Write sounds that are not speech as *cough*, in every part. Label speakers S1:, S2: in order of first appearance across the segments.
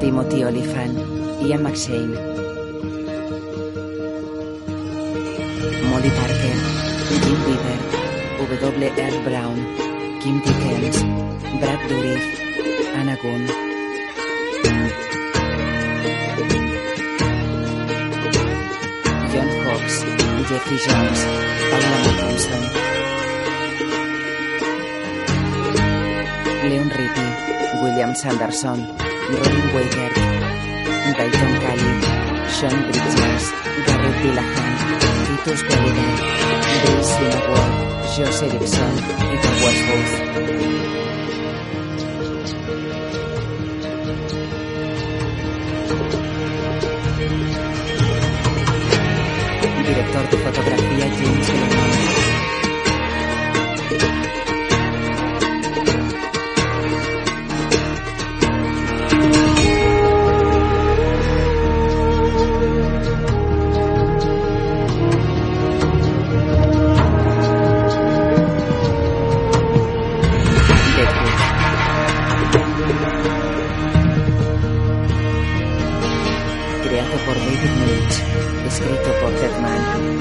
S1: Timothy Olyphant, Ian McShane, Molly Parker, Jim Beaver, W. R. Brown, Kim Dickens, Brad Dourif, Anna Gunn. John Hawks, Jeffrey Jones, Paula Malcolmson, Leon Rippey, William Sanderson, Robin Wager, Dayton Kelly, Sean Bridges, Garrett Dillahan, Titus Gallagher, Bill Sinowar, Josh Erickson y The Westwood. Director de fotografía James Lemon. Creado por David Milch, escrito por Ted Mann.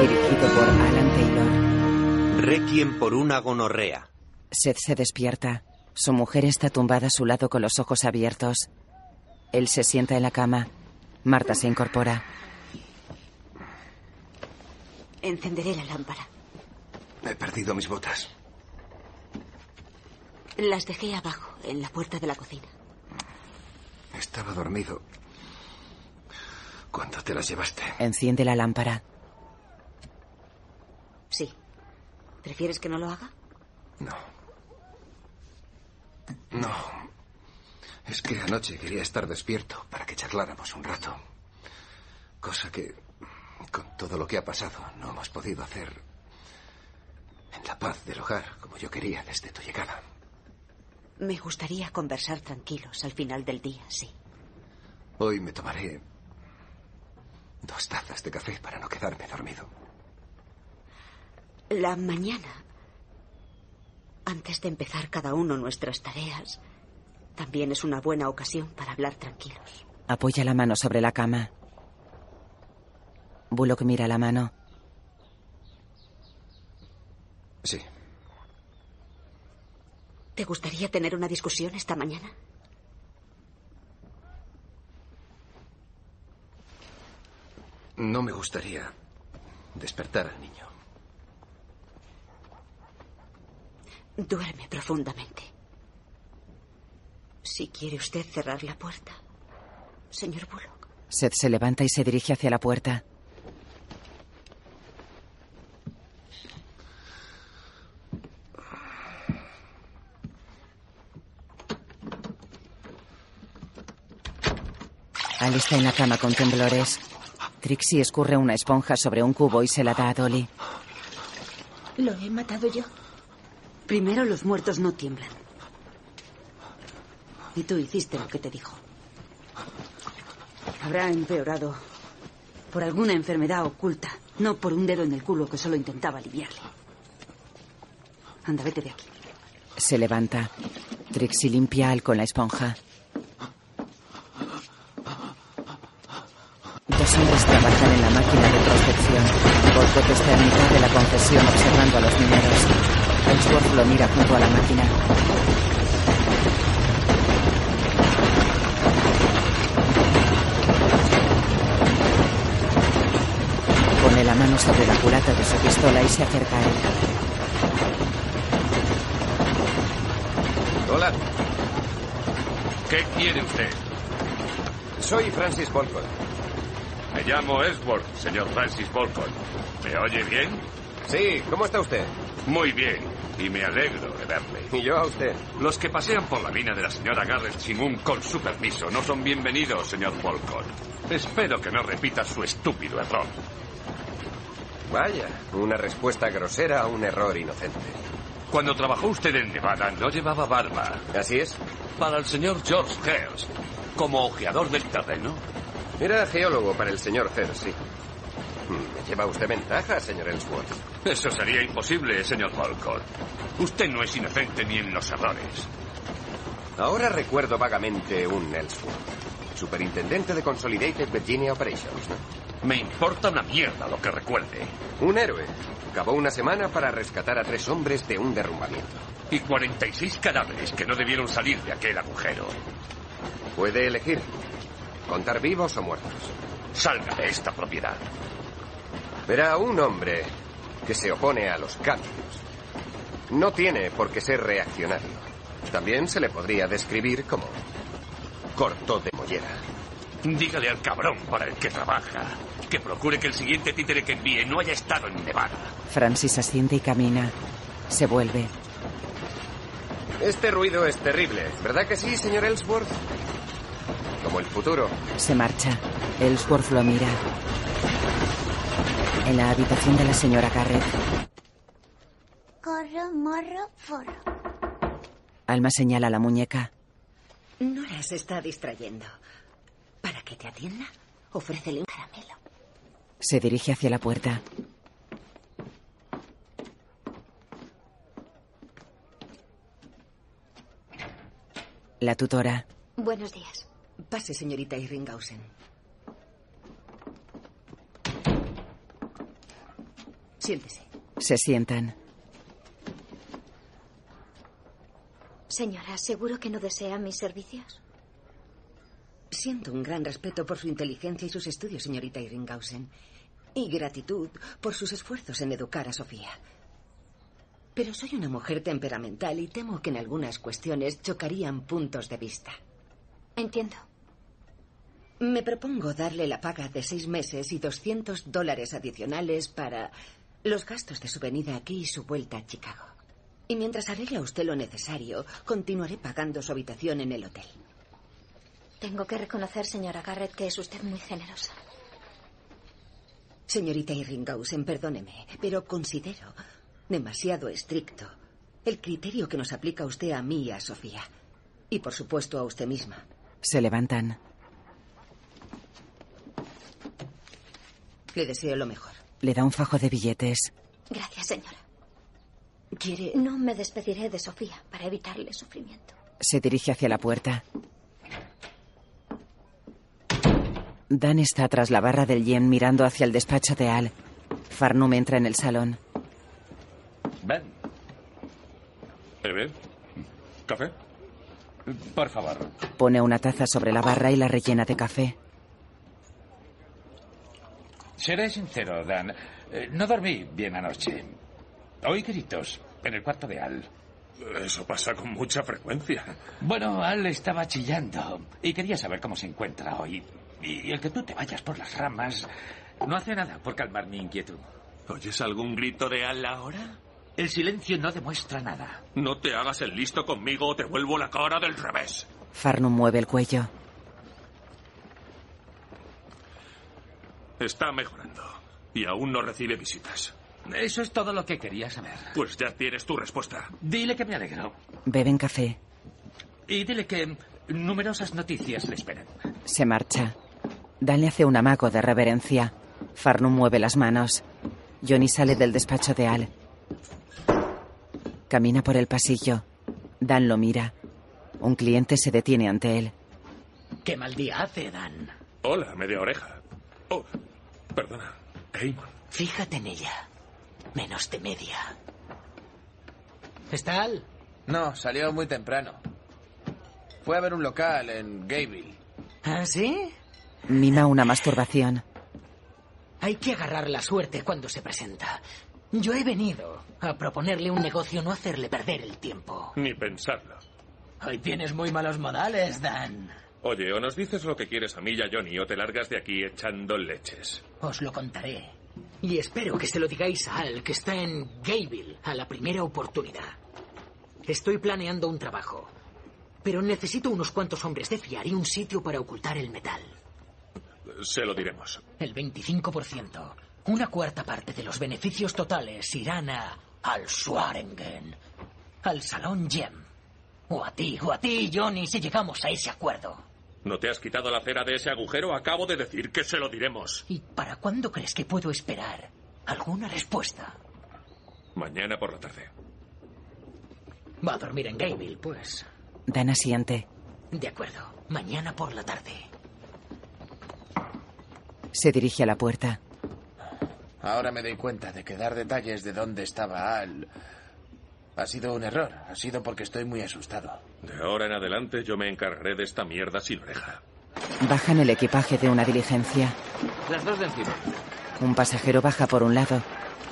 S1: Dirigido por Alan Taylor.
S2: Requiem por una gonorrea.
S1: Seth se despierta. Su mujer está tumbada a su lado con los ojos abiertos. Él se sienta en la cama. Marta se incorpora.
S3: Encenderé la lámpara.
S4: He perdido mis botas.
S3: Las dejé abajo, en la puerta de la cocina.
S4: Estaba dormido. ¿Cuándo te las llevaste?
S1: Enciende la lámpara.
S3: Sí. ¿Prefieres que no lo haga?
S4: No. No. Es que anoche quería estar despierto para que charláramos un rato. Cosa que, con todo lo que ha pasado, no hemos podido hacer en la paz del hogar como yo quería desde tu llegada.
S3: Me gustaría conversar tranquilos al final del día, sí.
S4: Hoy me tomaré dos tazas de café para no quedarme dormido.
S3: La mañana, antes de empezar cada uno nuestras tareas, también es una buena ocasión para hablar tranquilos.
S1: Apoya la mano sobre la cama. Bullock mira la mano.
S4: Sí.
S3: ¿Te gustaría tener una discusión esta mañana?
S4: No me gustaría despertar al niño.
S3: Duerme profundamente. Si quiere usted cerrar la puerta, señor Bullock.
S1: Seth se levanta y se dirige hacia la puerta. Al está en la cama con temblores. Trixie escurre una esponja sobre un cubo y se la da a Dolly.
S5: Lo he matado yo.
S3: Primero los muertos no tiemblan. Y tú hiciste lo que te dijo. Habrá empeorado por alguna enfermedad oculta, no por un dedo en el culo que solo intentaba aliviarle. Anda, vete de aquí.
S1: Se levanta. Trixie limpia al con la esponja. Dos hombres trabajan en la máquina de prospección. Volcott está en mitad de la concesión observando a los mineros. Ellsworth lo mira junto a la máquina. Pone la mano sobre la culata de su pistola y se acerca a él.
S4: Hola,
S6: ¿Qué quiere usted?
S4: soy Francis Bolcott.
S6: Me llamo Ellsworth, señor Francis Volcott. ¿Me oye bien?
S4: Sí, ¿cómo está usted?
S6: Muy bien, y me alegro de verle.
S4: Y yo a usted.
S6: Los que pasean por la mina de la señora Garrett sin un con su permiso no son bienvenidos, señor Volcott. Espero que no repita su estúpido error.
S4: Vaya, una respuesta grosera a un error inocente.
S6: Cuando trabajó usted en Nevada no llevaba barba.
S4: Así es.
S6: Para el señor George Hearst, como ojeador del terreno,
S4: Era geólogo para el señor Zer, sí. Mm, Lleva usted ventaja, señor Ellsworth.
S6: Eso sería imposible, señor Volcott. Usted no es inocente ni en los errores.
S4: Ahora recuerdo vagamente un Ellsworth, superintendente de Consolidated Virginia Operations, ¿no?
S7: Me importa una mierda lo que recuerde.
S4: Un héroe. Acabó una semana para rescatar a tres hombres de un derrumbamiento.
S7: Y 46 cadáveres que no debieron salir de aquel agujero.
S4: Puede elegir contar vivos o muertos.
S7: Salga de esta propiedad.
S4: Verá un hombre que se opone a los cambios. No tiene por qué ser reaccionario. También se le podría describir como corto de mollera.
S7: Dígale al cabrón para el que trabaja que procure que el siguiente títere que envíe no haya estado en Nevada.
S1: Francis asciende y camina. Se vuelve.
S4: Este ruido es terrible, ¿verdad que sí, señor Ellsworth? Como el futuro.
S1: Se marcha. Ellsworth lo mira. En la habitación de la señora Garrett,
S8: Corro, morro, forro.
S1: Alma señala la muñeca.
S3: Nora se está distrayendo. Para que te atienda, ofrécele un caramelo.
S1: Se dirige hacia la puerta. La tutora.
S8: Buenos días.
S3: Pase, señorita Irringhausen. Siéntese.
S1: Se sientan.
S8: Señora, ¿seguro que no desea mis servicios?
S3: Siento un gran respeto por su inteligencia y sus estudios, señorita Irringhausen. Y gratitud por sus esfuerzos en educar a Sofía. Pero soy una mujer temperamental y temo que en algunas cuestiones chocarían puntos de vista.
S8: Entiendo.
S3: Me propongo darle la paga de seis meses y 200 dólares adicionales para los gastos de su venida aquí y su vuelta a Chicago. Y mientras arregla usted lo necesario, continuaré pagando su habitación en el hotel.
S8: Tengo que reconocer, señora Garrett, que es usted muy generosa.
S3: Señorita Irringhausen, perdóneme, pero considero demasiado estricto el criterio que nos aplica usted a mí y a Sofía. Y por supuesto a usted misma.
S1: Se levantan.
S3: Le deseo lo mejor.
S1: Le da un fajo de billetes.
S8: Gracias, señora.
S3: ¿Quiere
S8: No me despediré de Sofía para evitarle sufrimiento.
S1: Se dirige hacia la puerta. Dan está tras la barra del yen mirando hacia el despacho de Al. Farnum entra en el salón.
S7: Ven. ¿Bebé? ¿Café? Por favor.
S1: Pone una taza sobre la barra y la rellena de café.
S9: Seré sincero, Dan. Eh, No dormí bien anoche. Oí gritos en el cuarto de Al.
S7: Eso pasa con mucha frecuencia.
S9: Bueno, Al estaba chillando y quería saber cómo se encuentra hoy. Y el que tú te vayas por las ramas no hace nada por calmar mi inquietud.
S7: ¿Oyes algún grito de Al ahora?
S9: El silencio no demuestra nada.
S7: No te hagas el listo conmigo o te vuelvo la cara del revés.
S1: Farnum mueve el cuello.
S7: Está mejorando y aún no recibe visitas.
S9: Eso es todo lo que quería saber.
S7: Pues ya tienes tu respuesta.
S9: Dile que me alegro.
S1: Beben café.
S9: Y dile que numerosas noticias le esperan.
S1: Se marcha. Dan le hace un amago de reverencia. Farnum mueve las manos. Johnny sale del despacho de Al. Camina por el pasillo. Dan lo mira. Un cliente se detiene ante él.
S9: Qué mal día hace, Dan.
S7: Hola, media oreja. Oh, perdona. Amon.
S9: Fíjate en ella. Menos de media.
S10: ¿Está Al? No, salió muy temprano. Fue a ver un local en Gayville.
S9: ¿Ah, sí?
S1: Mima una masturbación.
S10: Hay que agarrar la suerte cuando se presenta. Yo he venido a proponerle un negocio, no hacerle perder el tiempo.
S7: Ni pensarlo.
S10: Hoy tienes muy malos modales, Dan.
S7: Oye, o nos dices lo que quieres a mí y a Johnny o te largas de aquí echando leches.
S10: Os lo contaré. Y espero que se lo digáis a Al, que está en Gayville, a la primera oportunidad. Estoy planeando un trabajo. Pero necesito unos cuantos hombres de fiar y un sitio para ocultar el metal.
S7: Se lo diremos.
S10: El 25%, una cuarta parte de los beneficios totales irán a al Schwarengen, al Salón Gem. O a ti, o a ti, Johnny, si llegamos a ese acuerdo.
S7: ¿No te has quitado la cera de ese agujero? Acabo de decir que se lo diremos.
S10: ¿Y para cuándo crees que puedo esperar alguna respuesta?
S7: Mañana por la tarde.
S10: Va a dormir en Gable, pues.
S1: Dan asiente.
S10: De acuerdo. Mañana por la tarde.
S1: Se dirige a la puerta.
S11: Ahora me doy cuenta de que dar detalles de dónde estaba Al ha sido un error. Ha sido porque estoy muy asustado.
S12: De ahora en adelante yo me encargaré de esta mierda sin oreja.
S1: Bajan el equipaje de una diligencia.
S13: Las dos de encima.
S1: Un pasajero baja por un lado.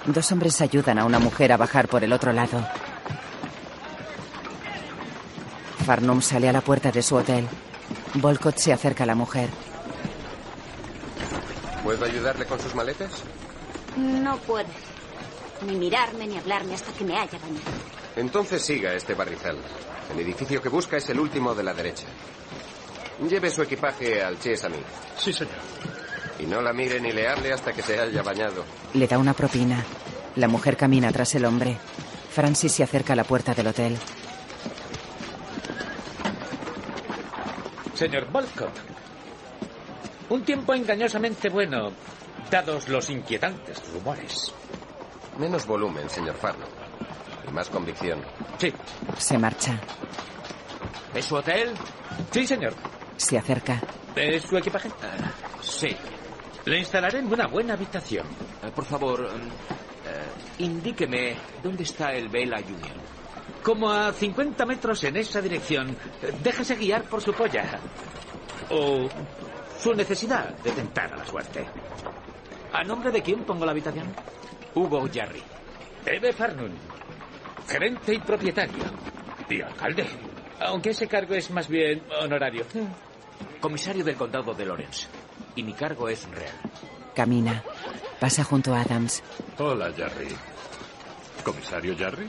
S1: Dos hombres ayudan a una mujer a bajar por el otro lado. Farnum sale a la puerta de su hotel. Volcott se acerca a la mujer.
S4: ¿Puedo ayudarle con sus maletas?
S7: No puedes. Ni mirarme ni hablarme hasta que me haya bañado.
S4: Entonces siga este barrizal. El edificio que busca es el último de la derecha. Lleve su equipaje al Chesami.
S12: Sí, señor.
S4: Y no la mire ni le hable hasta que se haya bañado.
S1: Le da una propina. La mujer camina tras el hombre. Francis se acerca a la puerta del hotel.
S9: Señor Volcott, un tiempo engañosamente bueno, dados los inquietantes rumores.
S4: Menos volumen, señor Farno. Y más convicción.
S9: Sí.
S1: Se marcha.
S9: ¿Es su hotel? Sí, señor.
S1: Se acerca.
S9: ¿Es su equipaje?
S13: Ah,
S9: sí. Le instalaré en una buena habitación.
S13: Ah, por favor, em, eh, indíqueme dónde está el Vela Union.
S9: Como a 50 metros en esa dirección, déjese guiar por su polla. O su necesidad de tentar a la suerte.
S13: ¿A nombre de quién pongo la habitación? Hugo Jarry.
S9: Eve Farnum, gerente y propietario. Y alcalde. Aunque ese cargo es más bien honorario.
S13: Comisario del condado de Lawrence. Y mi cargo es real.
S1: Camina. Pasa junto a Adams.
S12: Hola, Jarry. ¿Comisario Jarry?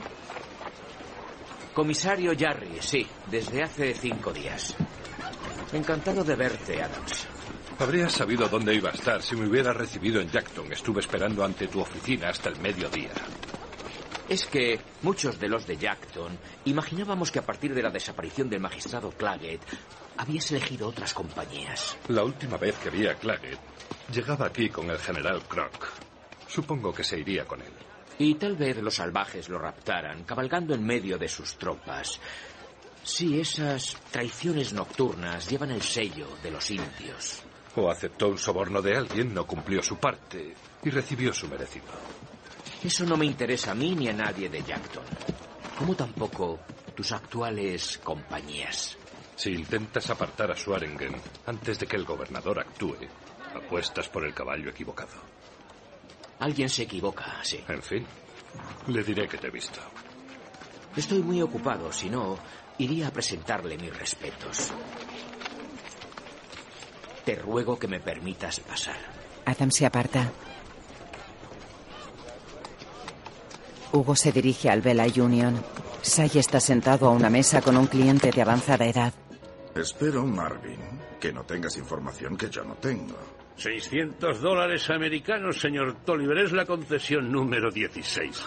S13: Comisario Jarry, sí, desde hace cinco días. Encantado de verte, Adams.
S12: Habrías sabido dónde iba a estar si me hubiera recibido en Jackton. Estuve esperando ante tu oficina hasta el mediodía.
S13: Es que muchos de los de Jackton imaginábamos que a partir de la desaparición del magistrado Claggett habías elegido otras compañías.
S12: La última vez que vi a Claggett, llegaba aquí con el general Croc. Supongo que se iría con él.
S13: Y tal vez los salvajes lo raptaran, cabalgando en medio de sus tropas. Sí, esas traiciones nocturnas llevan el sello de los indios.
S12: O aceptó un soborno de alguien, no cumplió su parte y recibió su merecido.
S13: Eso no me interesa a mí ni a nadie de Jackton. Como tampoco tus actuales compañías.
S12: Si intentas apartar a Swaringen antes de que el gobernador actúe, apuestas por el caballo equivocado.
S13: Alguien se equivoca, sí.
S12: En fin, le diré que te he visto.
S13: Estoy muy ocupado, si no, iría a presentarle mis respetos. Te ruego que me permitas pasar.
S1: Adam se aparta. Hugo se dirige al Vela Union. Sai está sentado a una mesa con un cliente de avanzada edad.
S14: Espero, Marvin, que no tengas información que yo no tengo.
S6: 600 dólares americanos, señor Tolliver. Es la concesión número 16.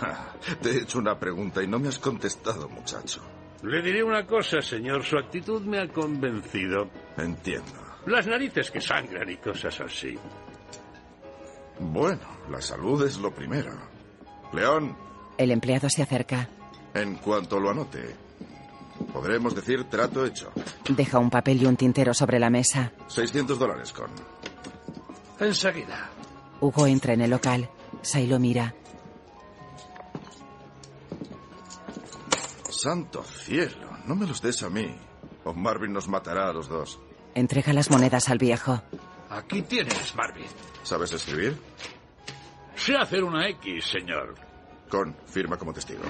S14: Te he hecho una pregunta y no me has contestado, muchacho.
S6: Le diré una cosa, señor. Su actitud me ha convencido.
S14: Entiendo.
S6: Las narices que sangran y cosas así.
S14: Bueno, la salud es lo primero. León,
S1: El empleado se acerca.
S14: en cuanto lo anote, podremos decir trato hecho.
S1: Deja un papel y un tintero sobre la mesa.
S14: 600 dólares con.
S6: Enseguida.
S1: Hugo entra en el local. Sai lo mira.
S14: Santo cielo, no me los des a mí. O Marvin nos matará a los dos.
S1: Entrega las monedas al viejo.
S6: Aquí tienes, Marvin.
S14: ¿Sabes escribir?
S6: Sé hacer una X, señor.
S14: Con, firma como testigo.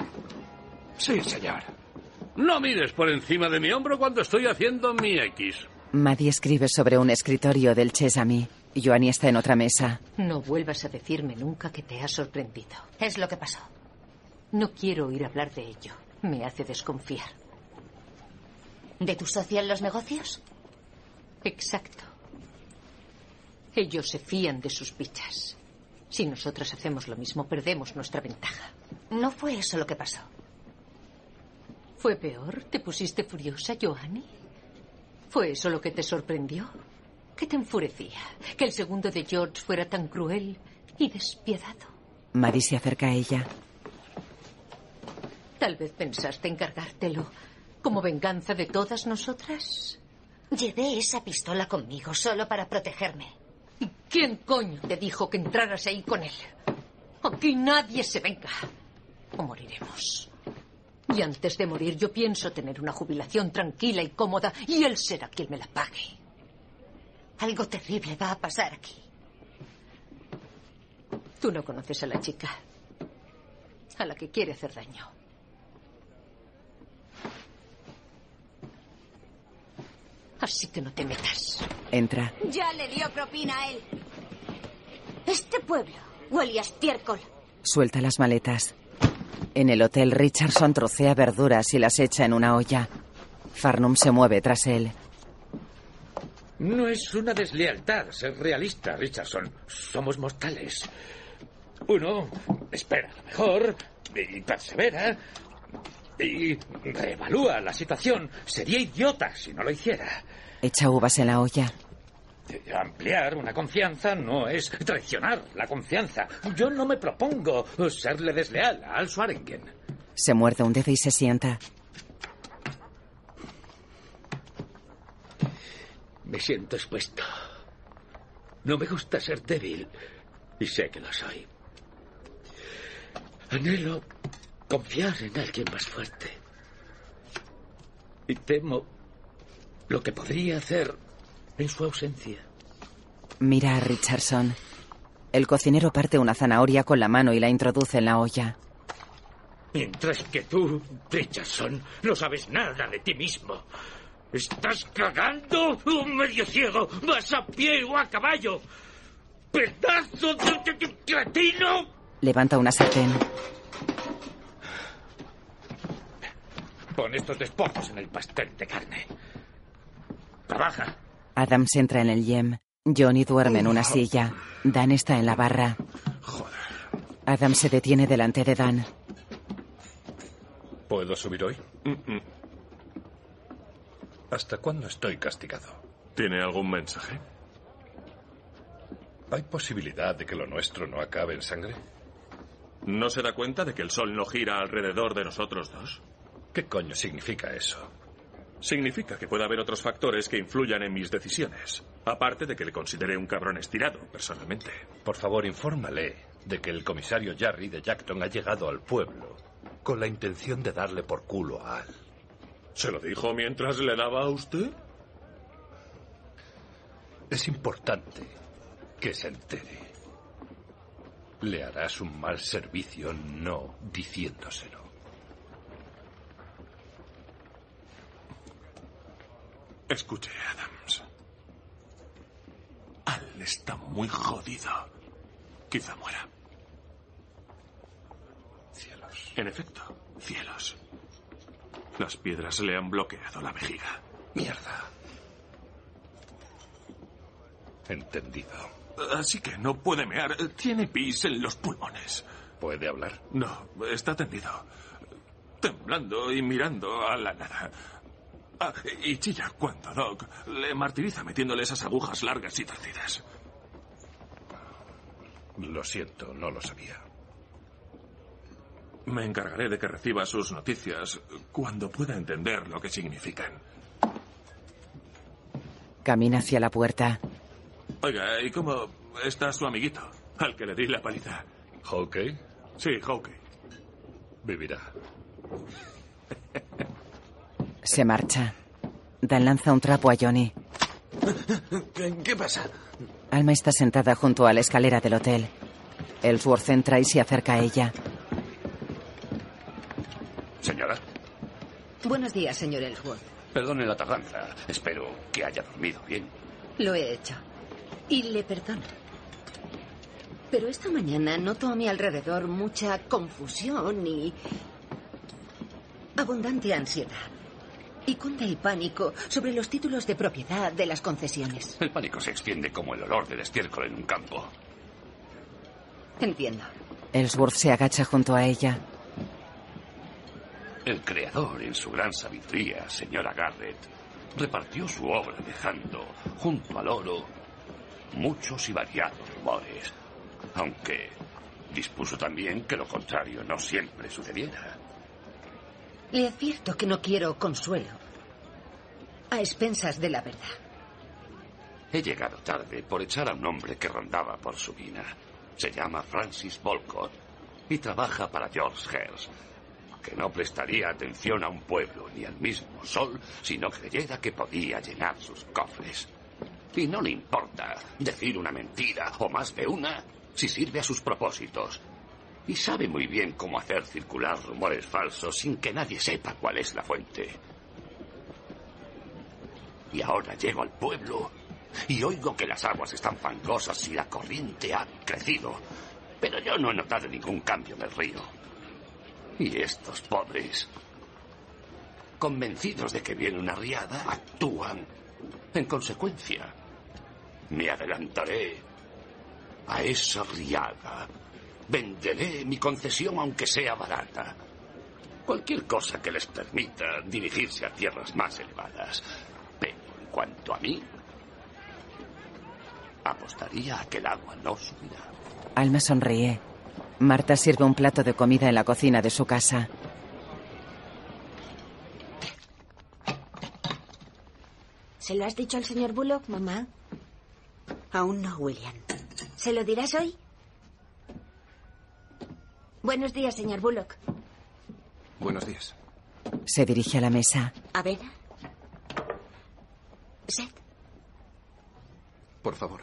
S6: Sí, señor. No mires por encima de mi hombro cuando estoy haciendo mi X.
S1: Maddie escribe sobre un escritorio del Chesame. Joanny está en otra mesa.
S15: No vuelvas a decirme nunca que te has sorprendido. Es lo que pasó. No quiero oír hablar de ello. Me hace desconfiar.
S7: ¿De tu socio en los negocios?
S15: Exacto. Ellos se fían de sus pichas. Si nosotros hacemos lo mismo, perdemos nuestra ventaja.
S7: No fue eso lo que pasó.
S15: ¿Fue peor? ¿Te pusiste furiosa, Joanny? ¿Fue eso lo que te sorprendió? ¿Qué te enfurecía? ¿Que el segundo de George fuera tan cruel y despiadado?
S1: Maddie se acerca a ella.
S15: Tal vez pensaste en cargártelo, ¿Como venganza de todas nosotras?
S16: Llevé esa pistola conmigo solo para protegerme.
S15: ¿Quién coño te dijo que entraras ahí con él? Aquí nadie se venga. O moriremos. Y antes de morir yo pienso tener una jubilación tranquila y cómoda y él será quien me la pague.
S16: Algo terrible va a pasar aquí.
S15: Tú no conoces a la chica. A la que quiere hacer daño. Así que no te metas.
S1: Entra.
S16: Ya le dio propina a él. Este pueblo huele a estiércol.
S1: Suelta las maletas. En el hotel, Richardson trocea verduras y las echa en una olla. Farnum se mueve tras él.
S9: No es una deslealtad ser realista, Richardson. Somos mortales. Uno espera lo mejor y persevera y reevalúa la situación. Sería idiota si no lo hiciera.
S1: Echa uvas en la olla.
S9: Ampliar una confianza no es traicionar la confianza. Yo no me propongo serle desleal a Al Swarengen.
S1: Se muerde un dedo y se sienta.
S17: Me siento expuesto. No me gusta ser débil y sé que lo soy. Anhelo confiar en alguien más fuerte. Y temo lo que podría hacer en su ausencia.
S1: Mira a Richardson. El cocinero parte una zanahoria con la mano y la introduce en la olla.
S7: Mientras que tú, Richardson, no sabes nada de ti mismo. ¿Estás cagando? Un medio ciego. Vas a pie o a caballo. ¡Pedazo de, de- de cretino!
S1: Levanta una sartén.
S9: Pon estos despojos en el pastel de carne. Trabaja.
S1: Adams entra en el yem. Johnny duerme en una silla. Dan está en la barra. Adam se detiene delante de Dan.
S6: ¿Puedo subir hoy? ¿Hasta cuándo estoy castigado?
S18: ¿Tiene algún mensaje?
S6: ¿Hay posibilidad de que lo nuestro no acabe en sangre?
S18: ¿No se da cuenta de que el sol no gira alrededor de nosotros dos?
S6: ¿Qué coño significa eso?
S18: Significa que puede haber otros factores que influyan en mis decisiones. Aparte de que le consideré un cabrón estirado, personalmente.
S6: Por favor, infórmale de que el comisario Jarry de Jackton ha llegado al pueblo con la intención de darle por culo a Al.
S18: ¿Se lo dijo mientras le daba a usted?
S6: Es importante que se entere. Le harás un mal servicio no diciéndoselo.
S18: Escuche, Adams. Al está muy jodido. Quizá muera. Cielos. En efecto, cielos. Las piedras le han bloqueado la vejiga.
S6: Mierda. Entendido.
S18: Así que no puede mear. Tiene pis en los pulmones.
S6: ¿Puede hablar?
S18: No, está tendido. Temblando y mirando a la nada. Ah, y chilla cuando Doc le martiriza metiéndole esas agujas largas y torcidas.
S6: Lo siento, no lo sabía.
S18: Me encargaré de que reciba sus noticias cuando pueda entender lo que significan.
S1: Camina hacia la puerta.
S18: Oiga, ¿y cómo está su amiguito? Al que le di la paliza.
S6: ¿Hawkeye?
S18: Sí, Hawkeye.
S6: Vivirá.
S1: Se marcha. Dan lanza un trapo a Johnny.
S11: *laughs* ¿Qué, qué pasa?
S1: Alma está sentada junto a la escalera del hotel. Ellsworth entra y se acerca a ella.
S6: Señora,
S3: Buenos días, señor Ellsworth.
S6: perdone la tardanza. Espero que haya dormido bien.
S3: Lo he hecho. Y le perdono. Pero esta mañana noto a mi alrededor mucha confusión y abundante ansiedad. Y cunde el pánico sobre los títulos de propiedad de las concesiones.
S6: El pánico se extiende como el olor del estiércol en un campo.
S3: Entiendo.
S1: Ellsworth se agacha junto a ella.
S6: El creador, en su gran sabiduría, señora Garrett, repartió su obra dejando, junto al oro, muchos y variados rumores, aunque dispuso también que lo contrario no siempre sucediera.
S3: Le advierto que no quiero consuelo. A expensas de la verdad.
S6: He llegado tarde por echar a un hombre que rondaba por su mina. Se llama Francis Volcott y trabaja para George Hersh, que no prestaría atención a un pueblo ni al mismo sol si no creyera que podía llenar sus cofres. Y no le importa decir una mentira o más de una si sirve a sus propósitos. Y sabe muy bien cómo hacer circular rumores falsos sin que nadie sepa cuál es la fuente. Y ahora llego al pueblo y oigo que las aguas están fangosas y la corriente ha crecido. Pero yo no he notado ningún cambio en el río. Y estos pobres, convencidos de que viene una riada, actúan en consecuencia. Me adelantaré a esa riada. Venderé mi concesión aunque sea barata. Cualquier cosa que les permita dirigirse a tierras más elevadas. Pero en cuanto a mí, apostaría a que el agua no subirá.
S1: Alma sonríe. Marta sirve un plato de comida en la cocina de su casa.
S16: ¿Se lo has dicho al señor Bullock, mamá?
S19: Aún no, William.
S16: ¿Se lo dirás hoy? Buenos días, señor Bullock.
S20: Buenos días.
S1: Se dirige a la mesa.
S16: ¿Avena? ¿Sed?
S20: Por favor,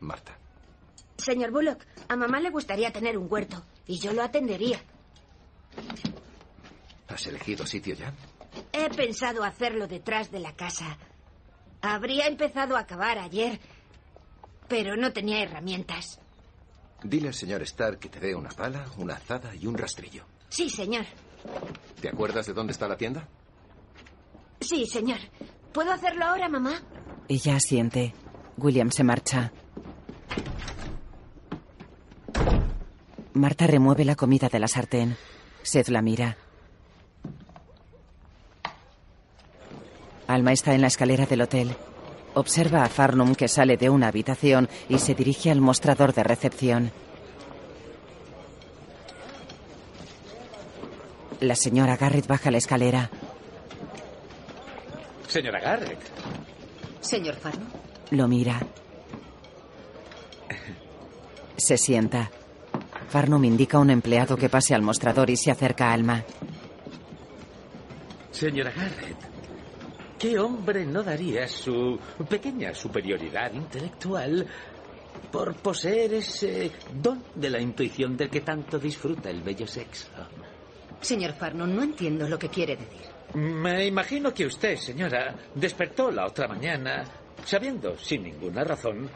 S20: Marta.
S16: Señor Bullock, a mamá le gustaría tener un huerto y yo lo atendería.
S20: ¿Has elegido sitio ya?
S16: He pensado hacerlo detrás de la casa. Habría empezado a acabar ayer, pero no tenía herramientas.
S20: Dile al señor Stark que te dé una pala, una azada y un rastrillo.
S16: Sí, señor.
S20: ¿Te acuerdas de dónde está la tienda?
S16: Sí, señor. ¿Puedo hacerlo ahora, mamá?
S1: Ella asiente. William se marcha. Marta remueve la comida de la sartén. Seth la mira. Alma está en la escalera del hotel. Observa a Farnum que sale de una habitación y se dirige al mostrador de recepción. La señora Garrett baja la escalera.
S9: Señora Garrett.
S3: Señor Farno,
S1: Lo mira. Se sienta. Farnum indica a un empleado que pase al mostrador y se acerca a Alma.
S9: Señora Garrett. ¿Qué hombre no daría su pequeña superioridad intelectual por poseer ese don de la intuición del que tanto disfruta el bello sexo?
S3: señor Farno, no entiendo lo que quiere decir.
S9: Me imagino que usted, señora, despertó la otra mañana sabiendo, sin ninguna razón,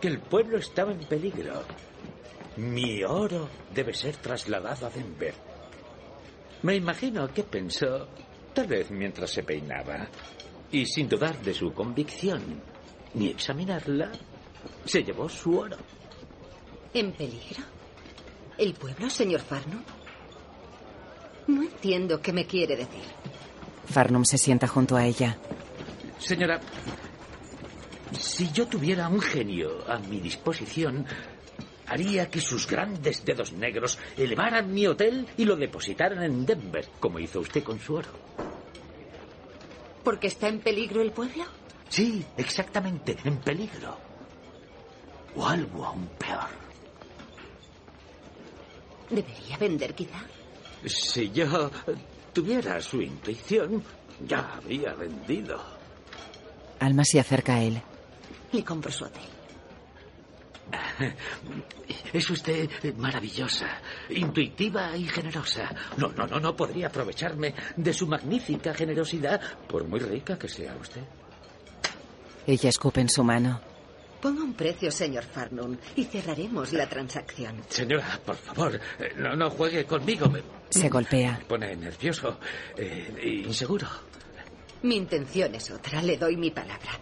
S9: que el pueblo estaba en peligro. Mi oro debe ser trasladado a Denver. Me imagino que pensó, tal vez mientras se peinaba, y sin dudar de su convicción, ni examinarla, se llevó su oro.
S3: ¿En peligro? ¿El pueblo, señor Farno? No entiendo qué me quiere decir.
S1: Farnum se sienta junto a ella.
S9: Señora, si yo tuviera un genio a mi disposición, haría que sus grandes dedos negros elevaran mi hotel y lo depositaran en Denver, como hizo usted con su oro.
S3: ¿Porque está en peligro el pueblo?
S9: Sí, exactamente, en peligro. O algo aún peor.
S3: ¿Debería vender quizá?
S9: Si yo tuviera su intuición, ya habría vendido.
S1: Alma se acerca a él.
S3: Y compro su hotel.
S9: *laughs* Es usted maravillosa, intuitiva y generosa. No, no, no, no podría aprovecharme de su magnífica generosidad, por muy rica que sea usted.
S1: Ella escupe en su mano.
S3: Ponga un precio, señor Farnum, y cerraremos la transacción.
S9: Señora, por favor, eh, no, no juegue conmigo. Me
S1: Se golpea.
S9: pone nervioso, eh, e inseguro.
S3: Mi intención es otra, le doy mi palabra.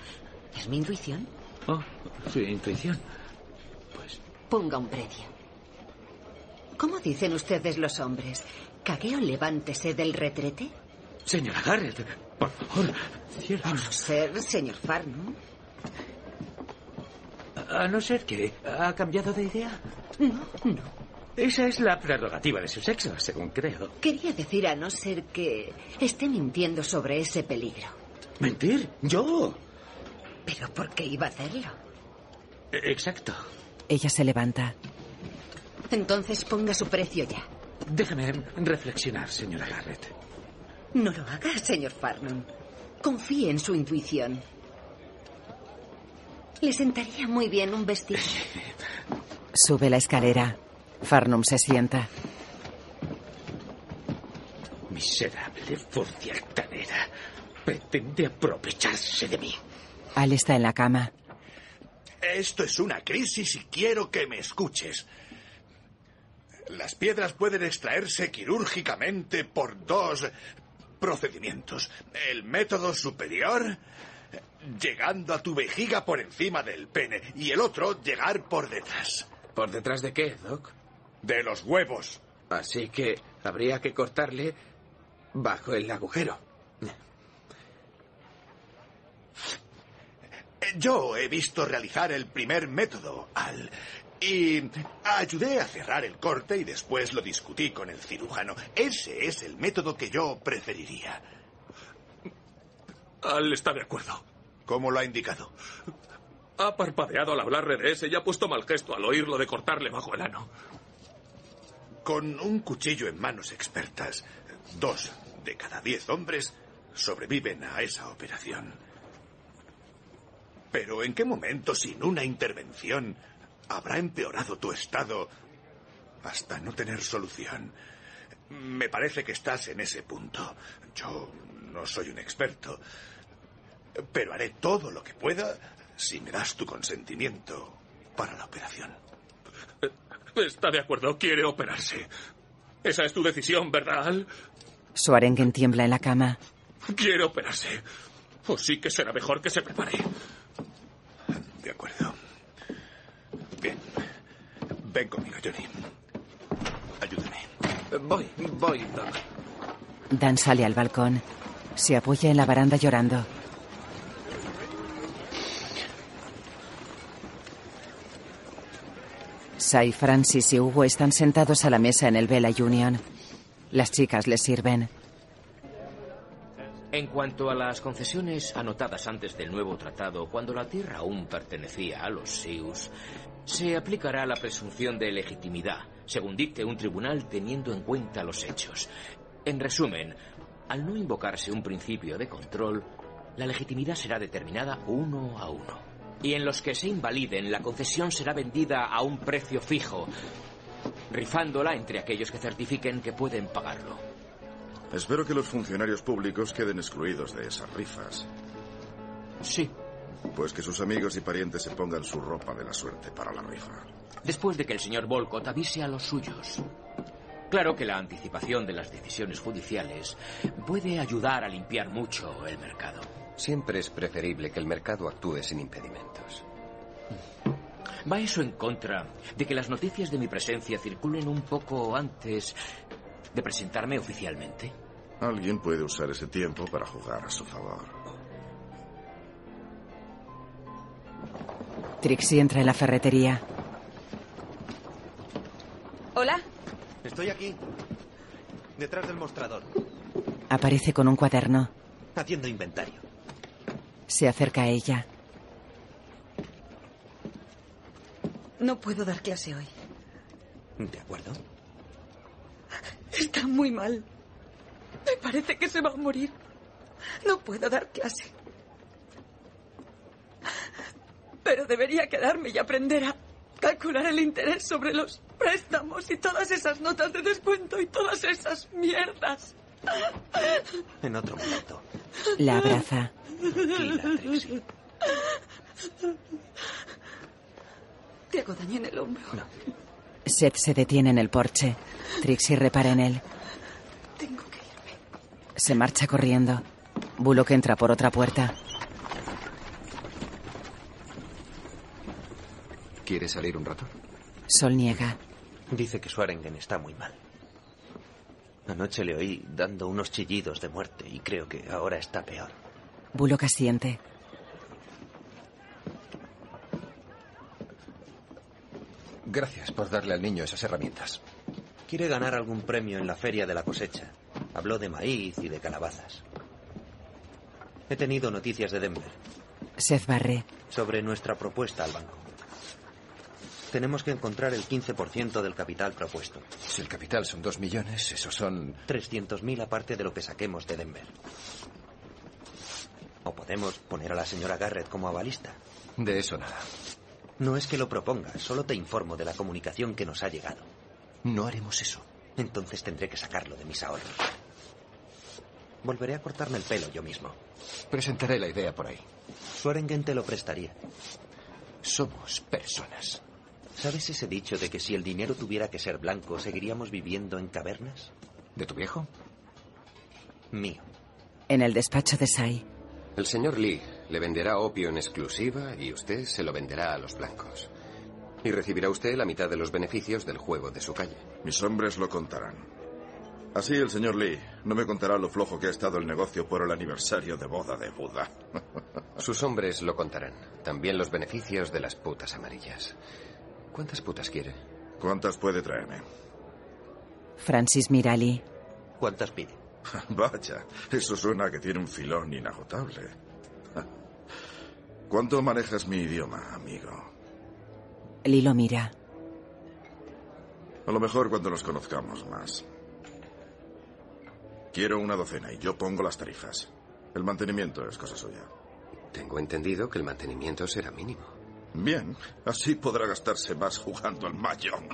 S3: ¿Es mi intuición?
S9: Oh, su intuición.
S3: Ponga un precio. ¿Cómo dicen ustedes los hombres? ¿Cagueo levántese del retrete?
S9: Señora Garrett, por favor,
S3: A no ser, señor Farnum.
S9: a no ser que ha cambiado de idea.
S3: No, no.
S9: Esa es la prerrogativa de su sexo, según creo.
S3: Quería decir a no ser que esté mintiendo sobre ese peligro.
S9: ¿Mentir? ¿Yo?
S3: ¿Pero por qué iba a hacerlo?
S9: Exacto.
S1: Ella se levanta.
S3: Entonces ponga su precio ya.
S9: Déjeme reflexionar, señora Garrett.
S3: No lo haga, señor Farnum. Confíe en su intuición. Le sentaría muy bien un
S19: *laughs*
S3: vestido.
S1: Sube la escalera. Farnum se sienta.
S9: Miserable furcialtanera. Pretende aprovecharse de mí.
S1: Al está en la cama.
S11: Esto es una crisis y quiero que me escuches. Las piedras pueden extraerse quirúrgicamente por dos procedimientos. El método superior, llegando a tu vejiga por encima del pene, y el otro, llegar por detrás.
S21: ¿Por detrás de qué, Doc?
S11: De los huevos.
S21: Así que habría que cortarle bajo el agujero.
S11: Eh, Yo he visto realizar el primer método, Al. Y ayudé a cerrar el corte y después lo discutí con el cirujano. Ese es el método que yo preferiría.
S18: Al está de acuerdo.
S11: ¿Cómo lo ha indicado?
S18: Ha parpadeado al hablarle de ese y ha puesto mal gesto al oírlo de cortarle bajo el ano.
S11: Con un cuchillo en manos expertas, dos de cada diez hombres sobreviven a esa operación. Pero ¿en qué momento sin una intervención habrá empeorado tu estado hasta no tener solución? Me parece que estás en ese punto. Yo no soy un experto, pero haré todo lo que pueda si me das tu consentimiento para la operación.
S18: Está de acuerdo, quiere operarse. Esa es tu decisión, ¿verdad? Al?
S1: Su arenque tiembla en la cama.
S18: Quiere operarse. O sí que será mejor que se prepare.
S11: De acuerdo. Bien. Ven conmigo, Johnny. Ayúdame.
S4: Voy, voy, Doc.
S1: Dan sale al balcón. Se apoya en la baranda llorando. Sai, Francis y Hugo están sentados a la mesa en el Vela Union. Las chicas les sirven.
S13: En cuanto a las concesiones anotadas antes del nuevo tratado, cuando la tierra aún pertenecía a los Sioux, se aplicará la presunción de legitimidad, según dicte un tribunal teniendo en cuenta los hechos. En resumen, al no invocarse un principio de control, la legitimidad será determinada uno a uno. Y en los que se invaliden, la concesión será vendida a un precio fijo, rifándola entre aquellos que certifiquen que pueden pagarlo.
S14: Espero que los funcionarios públicos queden excluidos de esas rifas.
S13: Sí.
S14: Pues que sus amigos y parientes se pongan su ropa de la suerte para la rifa.
S13: Después de que el señor Volcott avise a los suyos. Claro que la anticipación de las decisiones judiciales puede ayudar a limpiar mucho el mercado.
S4: Siempre es preferible que el mercado actúe sin impedimentos.
S13: Va eso en contra de que las noticias de mi presencia circulen un poco antes de presentarme oficialmente.
S14: Alguien puede usar ese tiempo para jugar a su favor.
S1: Trixie entra en la ferretería.
S22: Hola.
S2: Estoy aquí, detrás del mostrador,
S1: Aparece con un cuaderno.
S2: haciendo inventario.
S1: Se acerca a ella.
S22: No puedo dar clase hoy.
S2: ¿De acuerdo?
S22: Está muy mal. Me parece que se va a morir. No puedo dar clase. Pero debería quedarme y aprender a calcular el interés sobre los préstamos y todas esas notas de descuento y todas esas mierdas.
S2: En otro momento.
S1: La abraza.
S22: Te hago daño en el hombro.
S1: Seth se detiene en el porche. Trixie repara en él.
S22: Tengo
S1: que irme. Se marcha corriendo. Bullock entra por otra puerta.
S4: ¿Quiere salir un rato?
S1: Sol niega.
S2: Dice que Swarengen está muy mal. Anoche le oí dando unos chillidos de muerte y creo que ahora está peor.
S1: Bullock asiente.
S20: Gracias por darle al niño esas herramientas.
S2: Quiere ganar algún premio en la feria de la cosecha. Habló de maíz y de calabazas. He tenido noticias de Denver
S1: Seth barre.
S2: sobre nuestra propuesta al banco. Tenemos que encontrar el 15% del capital propuesto.
S20: Si el capital son 2 millones, esos son...
S2: 300.000 aparte de lo que saquemos de Denver. O podemos poner a la señora Garrett como avalista.
S20: De eso nada.
S2: No es que lo proponga, solo te informo de la comunicación que nos ha llegado.
S20: No haremos eso.
S2: Entonces tendré que sacarlo de mis ahorros. Volveré a cortarme el pelo yo mismo.
S20: Presentaré la idea por ahí.
S2: Swerengen te lo prestaría.
S20: Somos personas.
S2: ¿Sabes ese dicho de que si el dinero tuviera que ser blanco, seguiríamos viviendo en cavernas?
S20: ¿De tu viejo?
S2: Mío.
S1: En el despacho de Sai,
S4: El señor Lee le venderá opio en exclusiva y usted se lo venderá a los blancos. Y recibirá usted la mitad de los beneficios del juego de su calle.
S14: Mis hombres lo contarán. Así el señor Lee no me contará lo flojo que ha estado el negocio por el aniversario de boda de Buda. *laughs*
S4: Sus hombres lo contarán. También los beneficios de las putas amarillas. ¿Cuántas putas quiere?
S14: ¿Cuántas puede traerme?
S1: Francis Mirali,
S2: ¿Cuántas pide?
S14: Vaya, eso suena a que tiene un filón inagotable. *laughs* ¿Cuánto manejas mi idioma, amigo?
S1: Lilo mira.
S14: A lo mejor cuando nos conozcamos más. Quiero una docena y yo pongo las tarifas. El mantenimiento es cosa suya.
S4: Tengo entendido que el mantenimiento será mínimo.
S14: Bien, así podrá gastarse más jugando al Mahjong.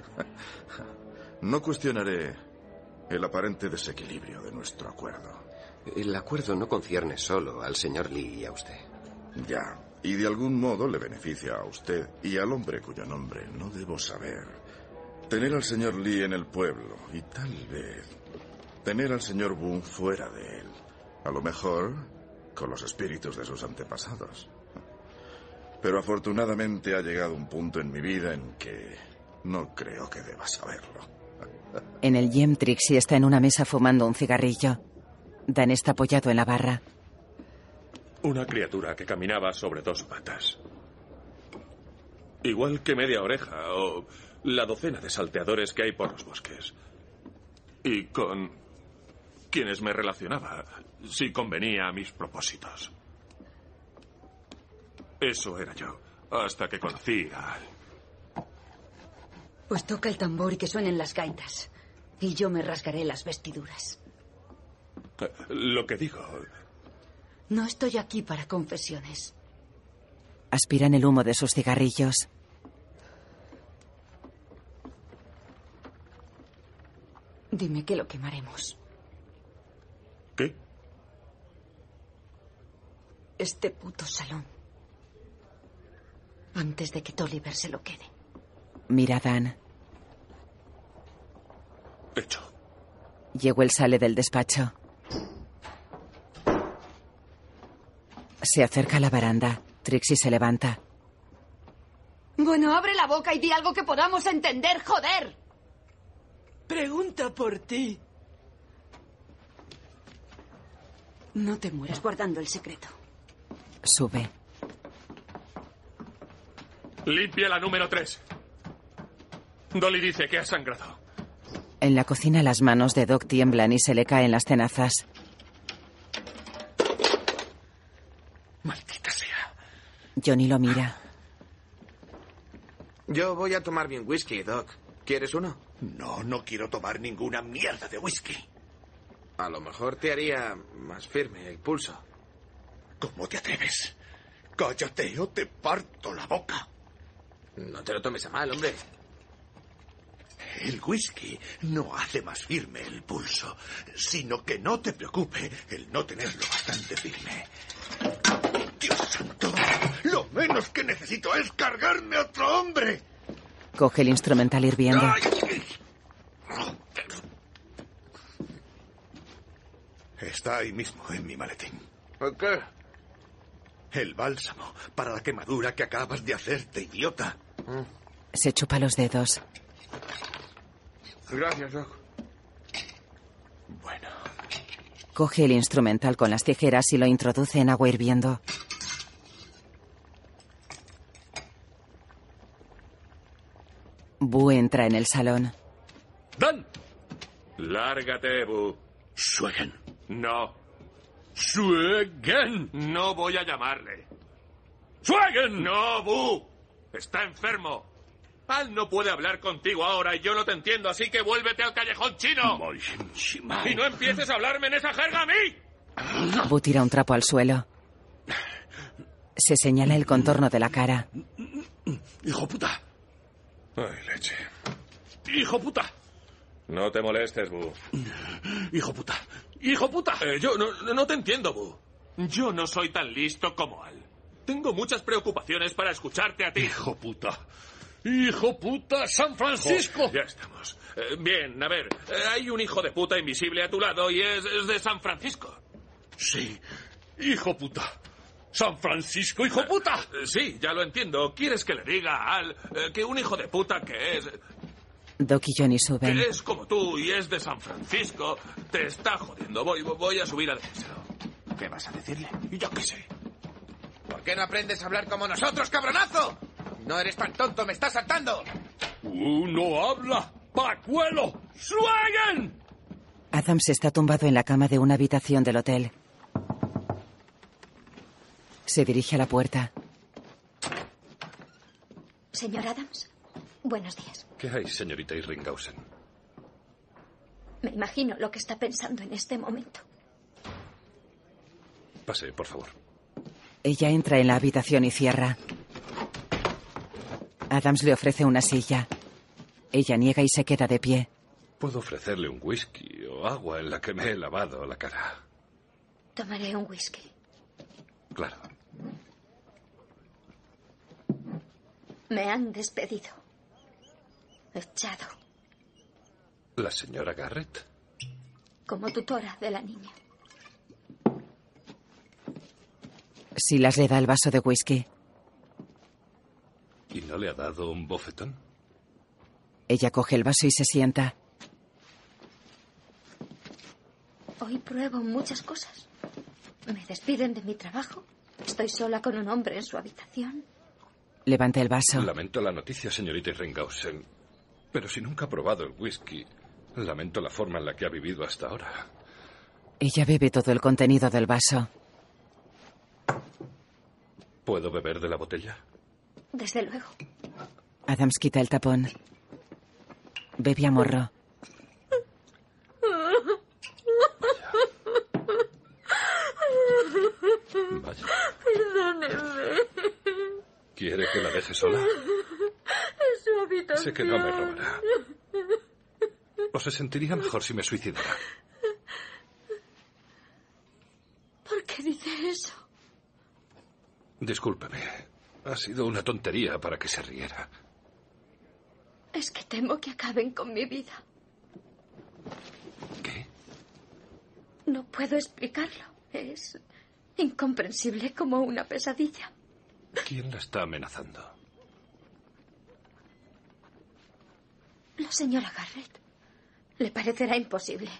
S14: *laughs* No cuestionaré el aparente desequilibrio de nuestro acuerdo.
S4: El acuerdo no concierne solo al señor Lee y a usted.
S14: Ya, y de algún modo le beneficia a usted y al hombre cuyo nombre no debo saber. Tener al señor Lee en el pueblo y tal vez tener al señor Boone fuera de él. A lo mejor con los espíritus de sus antepasados. Pero afortunadamente ha llegado un punto en mi vida en que no creo que deba saberlo.
S1: En el gym, Trixie está en una mesa fumando un cigarrillo. Dan está apoyado en la barra.
S18: Una criatura que caminaba sobre dos patas. Igual que media oreja o la docena de salteadores que hay por los bosques. Y con quienes me relacionaba, si convenía a mis propósitos. Eso era yo, hasta que conocí a...
S19: Pues toca el tambor y que suenen las gaitas. Y yo me rasgaré las vestiduras.
S18: eh, Lo que digo,
S19: No estoy aquí para confesiones.
S1: Aspiran el humo de sus cigarrillos.
S19: Dime que lo quemaremos.
S18: ¿Qué?
S19: Este puto salón. Antes de que Tolliver se lo quede.
S1: Mira a Dan.
S18: Hecho.
S1: Jewel sale del despacho. Se acerca a la baranda. Trixie se levanta.
S22: Bueno, abre la boca y di algo que podamos entender, joder. Pregunta por ti.
S19: No te mueras guardando el secreto.
S1: Sube.
S18: Limpia la número 3. Dolly dice que ha sangrado.
S1: En la cocina las manos de Doc tiemblan y se le caen las tenazas.
S21: Maldita sea.
S1: Johnny lo mira.
S21: Yo voy a tomar bien whisky, Doc. ¿Quieres uno?
S11: No, no quiero tomar ninguna mierda de whisky.
S21: A lo mejor te haría más firme el pulso.
S11: ¿Cómo te atreves? Cállate o te parto la boca.
S21: No te lo tomes a mal, hombre.
S11: El whisky no hace más firme el pulso, sino que no te preocupe el no tenerlo bastante firme. ¡Dios santo! Lo menos que necesito es cargarme a otro hombre.
S1: Coge el instrumental hirviendo.
S11: Está ahí mismo en mi maletín.
S21: qué?
S11: El bálsamo para la quemadura que acabas de hacerte, idiota.
S1: Se chupa los dedos.
S21: Gracias, Doc.
S1: Coge el instrumental con las tijeras y lo introduce en agua hirviendo. Boo entra en el salón.
S18: ¡Dan! Lárgate, Bu. Suegan. No. Suegan. No voy a llamarle. Suegan. No, Bu. Está enfermo. Al no puede hablar contigo ahora y yo no te entiendo, así que vuélvete al callejón chino. Y no empieces a hablarme en esa jerga a mí.
S1: Boo tira un trapo al suelo. Se señala el contorno de la cara.
S18: Hijo puta. Ay, leche. Hijo puta. No te molestes, Bu. Hijo puta. Hijo puta. Eh, yo no, no- no te entiendo, Bu. Yo no soy tan listo como él. Tengo muchas preocupaciones para escucharte a ti. Hijo puta. Hijo puta, San Francisco. ya estamos. Eh, bien, a ver, eh, hay un hijo de puta invisible a tu lado y es, es de San Francisco. Sí, hijo puta. San Francisco, hijo puta. Eh, sí, ya lo entiendo. ¿Quieres que le diga a Al eh, que un hijo de puta que es
S1: Doc y Johnny suben.
S18: que es como tú y es de San Francisco, te está jodiendo. Voy, voy a subir a decírselo. ¿Qué vas a decirle? Yo qué sé.
S21: ¿Por qué no aprendes a hablar como nosotros, cabronazo? No eres tan tonto, me estás saltando.
S18: Uno Uh, habla, pacuelo, sueguen.
S1: Adams está tumbado en la cama de una habitación del hotel. Se dirige a la puerta.
S8: Señor Adams, buenos días.
S12: ¿Qué hay, señorita Irringhausen?
S8: Me imagino lo que está pensando en este momento.
S12: Pase, por favor.
S1: Ella entra en la habitación y cierra. Adams le ofrece una silla. Ella niega y se queda de pie.
S12: Puedo ofrecerle un whisky o agua en la que me he lavado la cara.
S8: Tomaré un whisky.
S12: Claro.
S8: Me han despedido. Echado
S12: ¿La señora Garrett?
S8: como tutora de la niña.
S1: Silas le da el vaso de whisky.
S12: ¿Y no le ha dado un bofetón?
S1: Ella coge el vaso y se sienta.
S8: Hoy pruebo muchas cosas. Me despiden de mi trabajo. Estoy sola con un hombre en su habitación.
S1: Levanta el vaso.
S12: Lamento la noticia, señorita Irringhausen. Pero si nunca ha probado el whisky, lamento la forma en la que ha vivido hasta ahora.
S1: Ella bebe todo el contenido del vaso.
S12: ¿Puedo beber de la botella?
S8: Desde luego.
S1: Adams quita el tapón. Bebe a morro.
S12: Vaya.
S22: Perdóneme.
S12: ¿Quiere que la deje sola?
S22: Es su habitación.
S12: Sé que no me robará. ¿O se sentiría mejor si me suicidara?
S22: ¿Por qué dice eso?
S12: Discúlpeme. Ha sido una tontería para que se riera.
S8: Es que temo que acaben con mi vida. ¿Qué? No puedo explicarlo. Es incomprensible como una pesadilla.
S12: ¿Quién la está amenazando?
S8: La señora Garrett. Le parecerá imposible.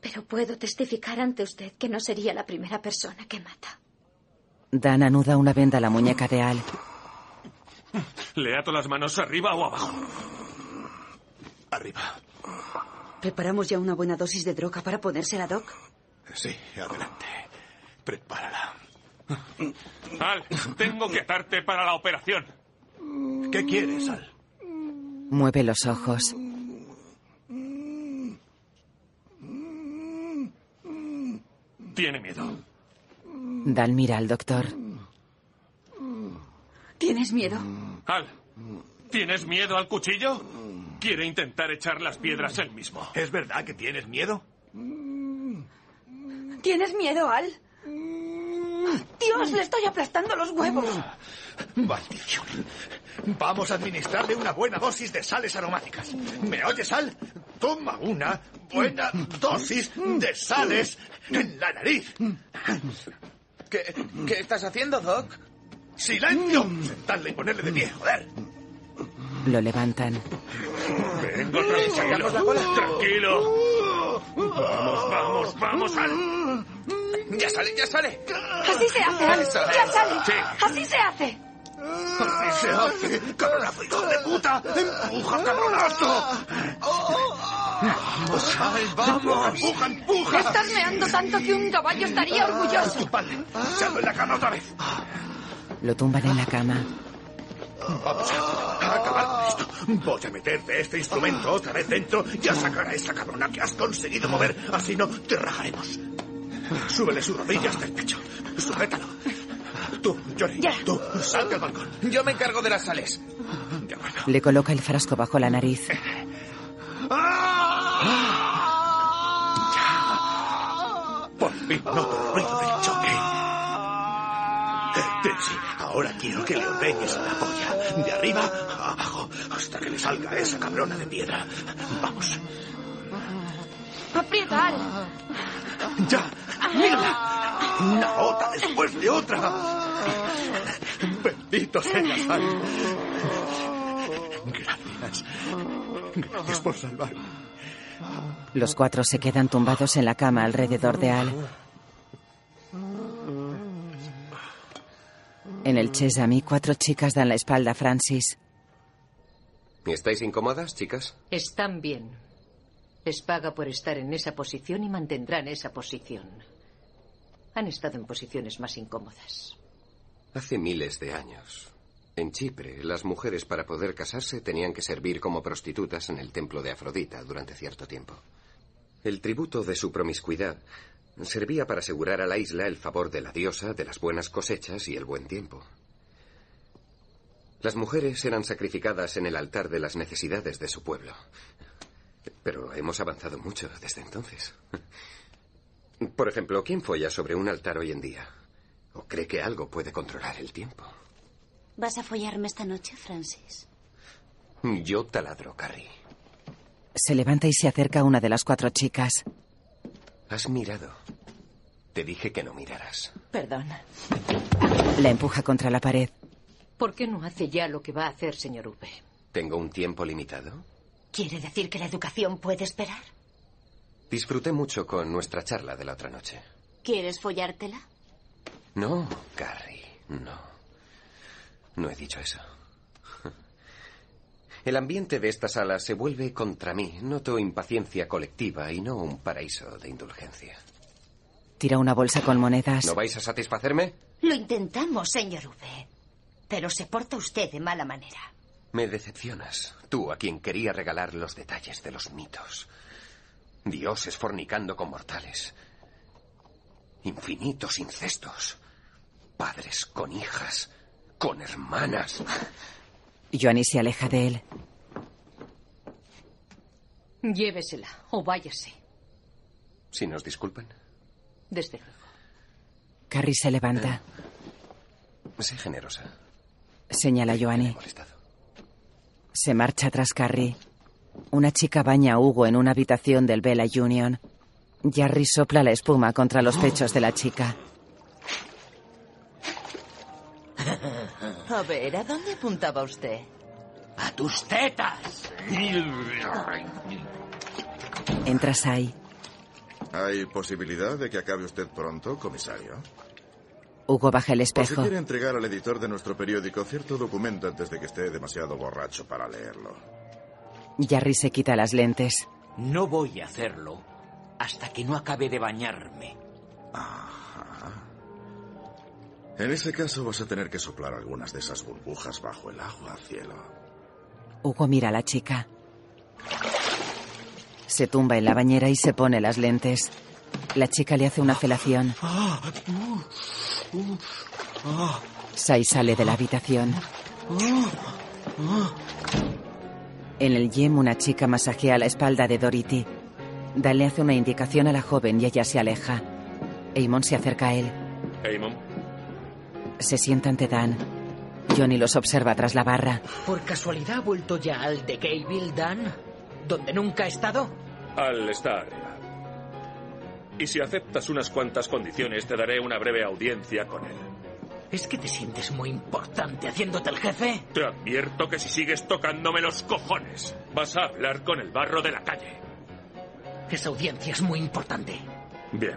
S8: Pero puedo testificar ante usted que no sería la primera persona que mata.
S1: Dan anuda una venda a la muñeca de Al.
S18: Le ato las manos arriba o abajo.
S11: Arriba.
S19: ¿Preparamos ya una buena dosis de droga para ponérsela, Doc?
S11: Sí, adelante. Prepárala.
S18: Al, tengo que atarte para la operación.
S11: ¿Qué quieres, Al?
S1: Mueve los ojos.
S18: Tiene miedo.
S1: Dan mira al doctor.
S19: ¿Tienes miedo?
S18: Al, ¿tienes miedo al cuchillo? Quiere intentar echar las piedras él mismo.
S11: ¿Es verdad que tienes miedo?
S22: ¿Tienes miedo, Al? Dios, le estoy aplastando los huevos.
S11: Maldición. Vamos a administrarle una buena dosis de sales aromáticas. ¿Me oyes, Sal? Toma una buena dosis de sales en la nariz.
S21: ¿Qué, qué estás haciendo, Doc?
S11: ¡Silencio! Sentadle y ponerle de pie, joder.
S1: Lo levantan.
S18: Vengo, tranquilo. Tranquilo. Vamos, vamos, vamos, Al.
S21: Ya sale, ya sale.
S22: Así se hace, Al.
S21: Eso.
S22: Ya sale.
S21: Sí.
S22: Así se hace.
S11: ¿Qué se hace? ¡Cabronazo, hijo de puta! ¡Empuja, cabronazo! ¡Vamos, Sal, vamos! ¡Empuja, empuja!
S23: Estás meando tanto que un caballo estaría orgulloso.
S11: ¡Echadlo en la cama otra vez!
S1: Lo tumban en la cama.
S11: Vamos a acabar con esto. Voy a meterte este instrumento otra vez dentro y a sacar a esa cabrona que has conseguido mover. Así no te rajaremos. Súbele sus rodillas del pecho. Sujétalo. Tú, Johnny, tú, salte al balcón.
S24: Yo me encargo de las sales.
S1: Le coloca el frasco bajo la nariz.
S11: Por fin noto el ruido del choque. Eh, Tensi, ahora quiero que le ordeñes la polla. De arriba a abajo, hasta que le salga esa cabrona de piedra. Vamos.
S23: Aprieta, Al.
S11: ¡Ya! ¡Mírala! Una gota después de otra. Bendito sea Sal. Gracias. Gracias por salvarme.
S1: Los cuatro se quedan tumbados en la cama alrededor de Al. En el Chesami, cuatro chicas dan la espalda a Francis.
S4: ¿Estáis incómodas, chicas?
S15: Están bien. Les paga por estar en esa posición y mantendrán esa posición. Han estado en posiciones más incómodas.
S4: Hace miles de años, en Chipre, las mujeres para poder casarse tenían que servir como prostitutas en el templo de Afrodita durante cierto tiempo. El tributo de su promiscuidad servía para asegurar a la isla el favor de la diosa de las buenas cosechas y el buen tiempo. Las mujeres eran sacrificadas en el altar de las necesidades de su pueblo. Pero hemos avanzado mucho desde entonces. Por ejemplo, ¿quién folla sobre un altar hoy en día? ¿O cree que algo puede controlar el tiempo?
S7: ¿Vas a follarme esta noche, Francis?
S4: Yo taladro, Carrie.
S1: Se levanta y se acerca a una de las cuatro chicas.
S4: Has mirado. Te dije que no miraras.
S15: Perdón.
S1: La empuja contra la pared.
S15: ¿Por qué no hace ya lo que va a hacer, señor V?
S4: ¿Tengo un tiempo limitado?
S7: ¿Quiere decir que la educación puede esperar?
S4: Disfruté mucho con nuestra charla de la otra noche.
S7: ¿Quieres follártela?
S4: No, Carrie, no. No he dicho eso. *laughs* El ambiente de esta sala se vuelve contra mí. Noto impaciencia colectiva y no un paraíso de indulgencia.
S1: Tira una bolsa con monedas.
S4: ¿No vais a satisfacerme?
S7: Lo intentamos, señor V. Pero se porta usted de mala manera.
S4: Me decepcionas, tú a quien quería regalar los detalles de los mitos. Dioses fornicando con mortales. Infinitos incestos. Padres con hijas con hermanas.
S1: Joanny se aleja de él.
S15: Llévesela o váyase.
S4: Si nos disculpan.
S15: Desde luego.
S1: Carrie se levanta.
S4: Sé generosa.
S1: Señala Joanny. Se marcha tras Carrie. Una chica baña a Hugo en una habitación del Bella Union. Jarry sopla la espuma contra los pechos de la chica.
S10: A ver, ¿a dónde apuntaba usted?
S13: ¡A tus tetas!
S1: Entra Sai.
S14: ¿Hay posibilidad de que acabe usted pronto, comisario?
S1: Hugo baja el
S14: Por si
S1: espejo.
S14: quiere entregar al editor de nuestro periódico cierto documento antes de que esté demasiado borracho para leerlo.
S1: Jarry se quita las lentes.
S13: No voy a hacerlo hasta que no acabe de bañarme.
S14: En ese caso vas a tener que soplar algunas de esas burbujas bajo el agua, cielo.
S1: Hugo mira a la chica. Se tumba en la bañera y se pone las lentes. La chica le hace una felación. Sai sale de la habitación. En el gym, una chica masajea la espalda de Dorothy. Dan le hace una indicación a la joven y ella se aleja. Eamon se acerca a él.
S18: Eamon,
S1: Se sienta ante Dan. Johnny los observa tras la barra.
S10: ¿Por casualidad ha vuelto ya al de Gable Dan? ¿Donde nunca ha estado?
S18: Al está arriba. Y si aceptas unas cuantas condiciones, te daré una breve audiencia con él.
S10: ¿Es que te sientes muy importante haciéndote el jefe?
S18: Te advierto que si sigues tocándome los cojones, vas a hablar con el barro de la calle.
S10: Esa audiencia es muy importante.
S18: Bien,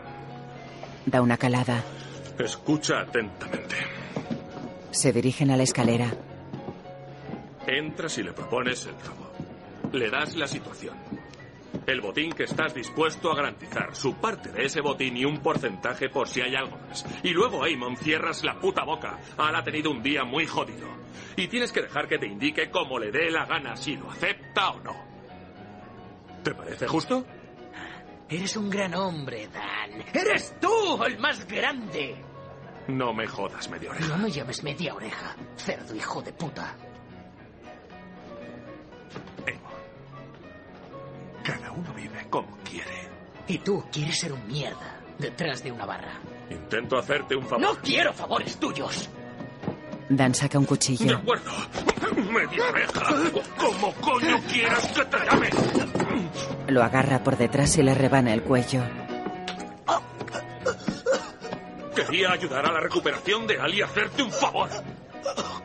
S1: Da una calada.
S18: escucha atentamente.
S1: Se dirigen a la escalera.
S18: Entras y le propones el robo. Le das la situación. El botín que estás dispuesto a garantizar, su parte de ese botín y un porcentaje por si hay algo más. Y luego, Eamon, cierras la puta boca. Ahora ha tenido un día muy jodido. Y tienes que dejar que te indique cómo le dé la gana, si lo acepta o no. ¿Te parece justo?
S25: Eres un gran hombre, Dan. ¡Eres tú el más grande!
S18: No me jodas, media oreja.
S25: No me llames media oreja, cerdo hijo de puta.
S18: Cada uno vive como quiere.
S25: Y tú quieres ser un mierda detrás de una barra.
S18: Intento hacerte un favor.
S25: No quiero favores tuyos.
S1: Dan saca un cuchillo.
S18: acuerdo. Media oreja. Como coño quieras que te llame.
S1: Lo agarra por detrás y le rebana el cuello.
S18: Quería ayudar a la recuperación de Ali y hacerte un favor.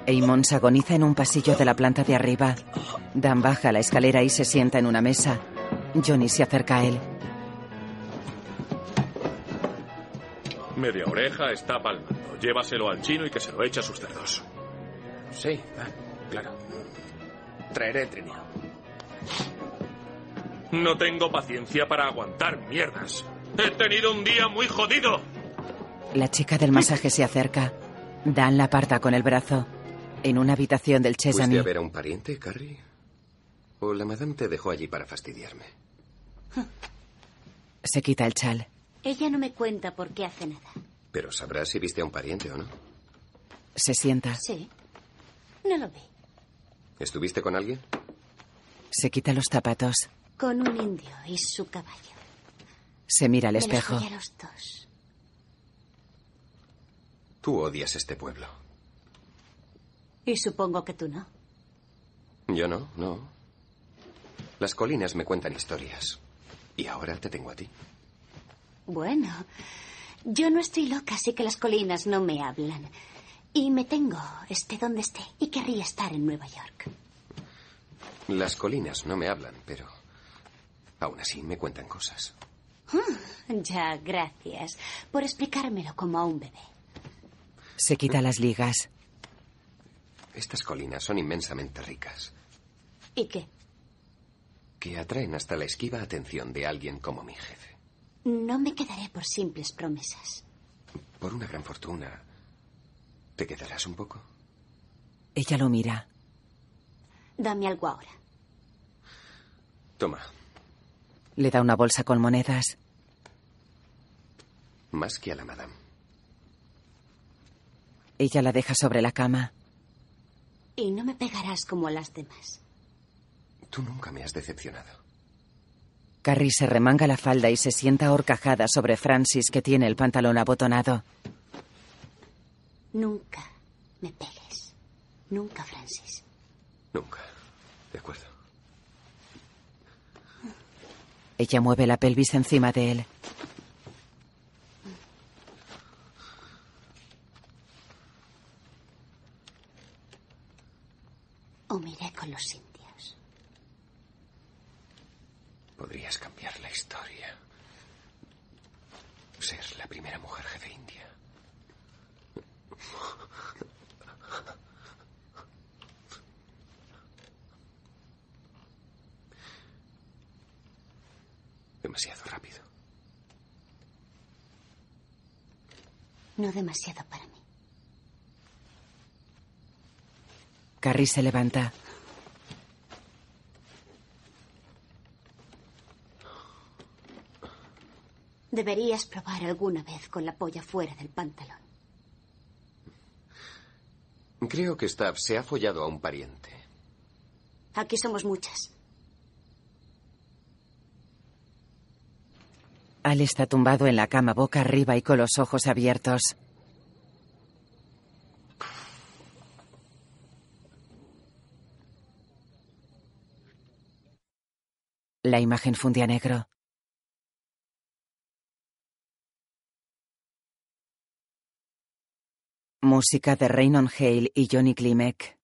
S1: Eamon se agoniza en un pasillo de la planta de arriba. Dan baja la escalera y se sienta en una mesa. Johnny se acerca a él.
S18: Media oreja está palmando. Llévaselo al chino y que se lo eche a sus cerdos.
S21: Sí, ah, claro. Traeré trineo.
S18: No tengo paciencia para aguantar mierdas. He tenido un día muy jodido.
S1: La chica del masaje se acerca. Dan la aparta con el brazo. En una habitación del
S4: ¿Fuiste a
S1: Chesame,
S4: ver a un pariente, Carrie? ¿O la madame te dejó allí para fastidiarme?
S1: se quita el chal.
S7: Ella no me cuenta por qué hace nada.
S4: Pero sabrás si viste a un pariente o no.
S1: Se sienta.
S7: Sí. No lo ve.
S4: ¿Estuviste con alguien?
S1: Se quita los zapatos.
S7: Con un indio y su caballo.
S1: Se mira al
S7: Me los
S1: espejo.
S7: follé a los dos.
S4: Tú odias este pueblo.
S7: Y supongo que tú no.
S4: Yo no, no. Las colinas me cuentan historias. Y ahora te tengo a ti.
S7: Bueno, yo no estoy loca, así que las colinas no me hablan. Y me tengo, esté donde esté, y querría estar en Nueva York.
S4: Las colinas no me hablan, pero aún así me cuentan cosas.
S7: Ah, ya, gracias por explicármelo como a un bebé.
S1: Se quita las ligas.
S4: Estas colinas son inmensamente ricas,
S7: ¿Y qué?
S4: que atraen hasta la esquiva atención de alguien como mi jefe.
S7: No me quedaré por simples promesas.
S4: Por una gran fortuna, ¿te quedarás un poco?
S1: Ella lo mira.
S7: Dame algo ahora.
S4: Toma,
S1: Le da una bolsa con monedas.
S4: más que a la madame.
S1: Ella la deja sobre la cama.
S7: Y no me pegarás como a las demás.
S4: Tú nunca me has decepcionado.
S1: Carrie se remanga la falda y se sienta horcajada sobre Francis, que tiene el pantalón abotonado.
S7: Nunca me pegues. Nunca, Francis.
S4: Nunca. De acuerdo.
S1: Ella mueve la pelvis encima de él.
S7: O me iré con los indios.
S4: Podrías cambiar la historia. Ser la primera mujer jefe india. Demasiado rápido.
S7: No demasiado para mí.
S1: Carrie se levanta.
S7: Deberías probar alguna vez con la polla fuera del pantalón.
S4: Creo que Stab se ha follado a un pariente.
S7: Aquí somos muchas.
S1: Al está tumbado en la cama boca arriba y con los ojos abiertos. La imagen fundía negro. Música de Raynon Hale y Johnny Klimek.